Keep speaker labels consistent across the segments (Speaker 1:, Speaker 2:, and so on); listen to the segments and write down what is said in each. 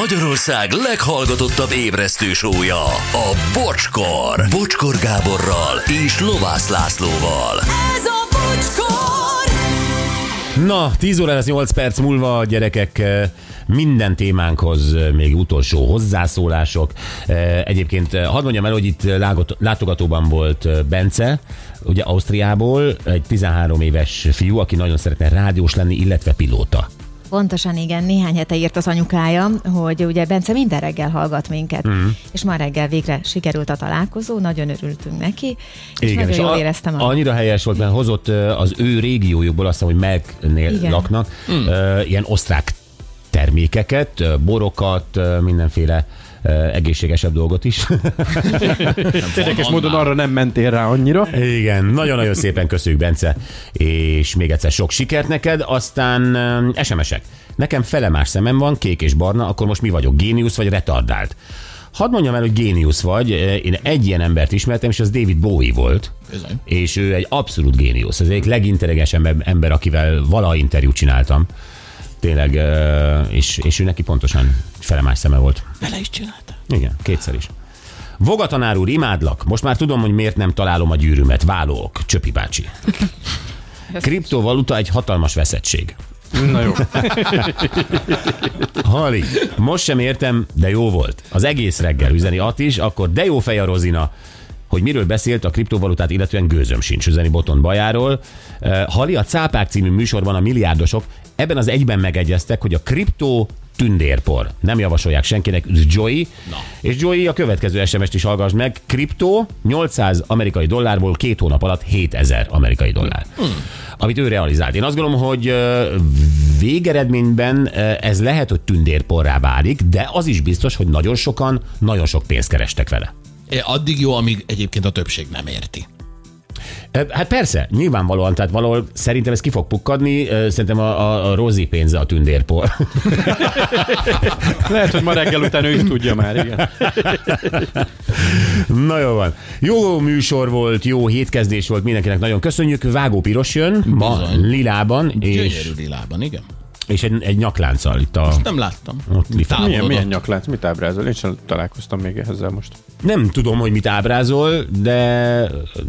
Speaker 1: Magyarország leghallgatottabb ébresztő sója, a Bocskor. Bocskor Gáborral és Lovász Lászlóval.
Speaker 2: Ez a bocskor!
Speaker 3: Na, 10 óra lesz 8 perc múlva, gyerekek, eh, minden témánkhoz eh, még utolsó hozzászólások. Eh, Egyébként hadd mondjam el, hogy itt lágot- látogatóban volt eh, Bence, ugye Ausztriából, egy 13 éves fiú, aki nagyon szeretne rádiós lenni, illetve pilóta.
Speaker 4: Pontosan igen, néhány hete írt az anyukája, hogy ugye Bence minden reggel hallgat minket, mm. és ma reggel végre sikerült a találkozó, nagyon örültünk neki, és igen, nagyon és jól
Speaker 3: a-
Speaker 4: éreztem a...
Speaker 3: Annyira helyes volt, mert hozott ö, az ő régiójukból, azt hiszem, hogy Melknél
Speaker 4: Igen.
Speaker 3: laknak, ö, ilyen osztrák termékeket, ö, borokat, ö, mindenféle ö, egészségesebb dolgot is.
Speaker 5: Érdekes módon arra nem mentél rá annyira.
Speaker 3: Igen, nagyon-nagyon szépen köszönjük, Bence, és még egyszer sok sikert neked, aztán öm, SMS-ek. Nekem fele más szemem van, kék és barna, akkor most mi vagyok, géniusz vagy retardált? Hadd mondjam el, hogy géniusz vagy, Eh, én egy ilyen embert ismertem, és az David Bowie volt,
Speaker 6: Bizony.
Speaker 3: és ő egy abszolút géniusz, az egyik legintelligensebb ember, akivel valaha interjút csináltam. Tényleg, ö, és, és ő neki pontosan fele más szeme volt.
Speaker 6: Bele is csinálta.
Speaker 3: Igen, kétszer is. Voga tanár úr, imádlak. Most már tudom, hogy miért nem találom a gyűrűmet. Válók, Csöpi bácsi. Kriptovaluta egy hatalmas veszettség.
Speaker 5: Na jó.
Speaker 3: Hali, most sem értem, de jó volt. Az egész reggel üzeni Atis, akkor de jó fej a Rozina, hogy miről beszélt a kriptovalutát, illetően gőzöm sincs, üzeni Boton Bajáról. Eh, Hali, a Cápák című műsorban a milliárdosok ebben az egyben megegyeztek, hogy a kriptó tündérpor. Nem javasolják senkinek, üdv Joey. Na. És Joey a következő SMS-t is hallgass meg. Kriptó 800 amerikai dollárból két hónap alatt 7000 amerikai dollár. Hmm. Amit ő realizált. Én azt gondolom, hogy ö, végeredményben ö, ez lehet, hogy tündérporrá válik, de az is biztos, hogy nagyon sokan nagyon sok pénzt kerestek vele.
Speaker 6: É, Addig jó, amíg egyébként a többség nem érti.
Speaker 3: Ö, Hát persze, nyilvánvalóan, tehát valahol szerintem ez ki fog pukkadni, ö, szerintem a, a, a Rozi pénze a tündérpor.
Speaker 5: Lehet, hogy ma reggel után ő is tudja már, igen.
Speaker 3: Na jó van. Jó műsor volt, jó hétkezdés volt mindenkinek, nagyon köszönjük. Vágó Piros jön, ma
Speaker 6: Bizony.
Speaker 3: lilában, és,
Speaker 6: Gyönyörű lilában, igen.
Speaker 3: és egy, egy nyaklánccal itt a...
Speaker 6: Nem láttam.
Speaker 3: Ott lifa.
Speaker 6: Távolodott.
Speaker 5: Milyen, milyen nyaklánc, mit ábrázol? Én sem találkoztam még ezzel most.
Speaker 3: Nem tudom, hogy mit ábrázol, de,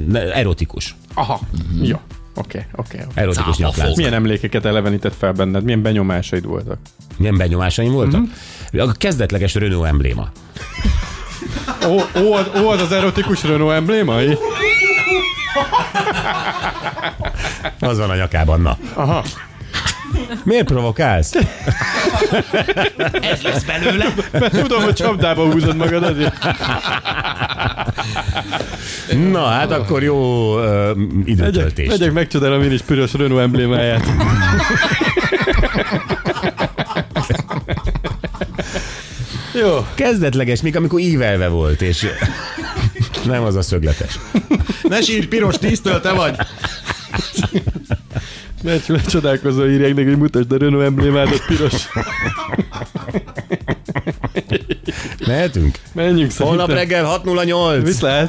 Speaker 3: de erotikus.
Speaker 5: Aha. Mm-hmm. Jó. Oké, oké, oké.
Speaker 3: Erotikus
Speaker 6: Cápa
Speaker 3: nyaklánc.
Speaker 6: fog.
Speaker 5: Milyen emlékeket elevenített fel benned? Milyen benyomásaid voltak?
Speaker 3: Milyen benyomásaim voltak?
Speaker 6: Mhm.
Speaker 3: Mm-hmm. A kezdetleges Renault embléma.
Speaker 5: Ó, ó, az, ó, az az erotikus Renault embléma?
Speaker 3: Az van a nyakában, na.
Speaker 5: Aha.
Speaker 3: Miért provokálsz?
Speaker 6: Ez lesz belőle.
Speaker 5: Mert tudom, hogy csapdába húzod magad azért.
Speaker 3: Na, hát akkor jó uh,
Speaker 5: Megyek,
Speaker 3: időtöltést.
Speaker 5: megyek megcsodálom én is piros Renault emblémáját. Jó.
Speaker 3: Kezdetleges, még amikor ívelve volt, és nem az a szögletes.
Speaker 6: Ne sírj, piros tisztől, te vagy.
Speaker 5: Mert csak csodálkozó írják neki, hogy mutasd a Renault emblémádat piros.
Speaker 3: Mehetünk?
Speaker 5: Menjünk szerintem.
Speaker 3: Holnap reggel 6.08.
Speaker 5: Viszlát.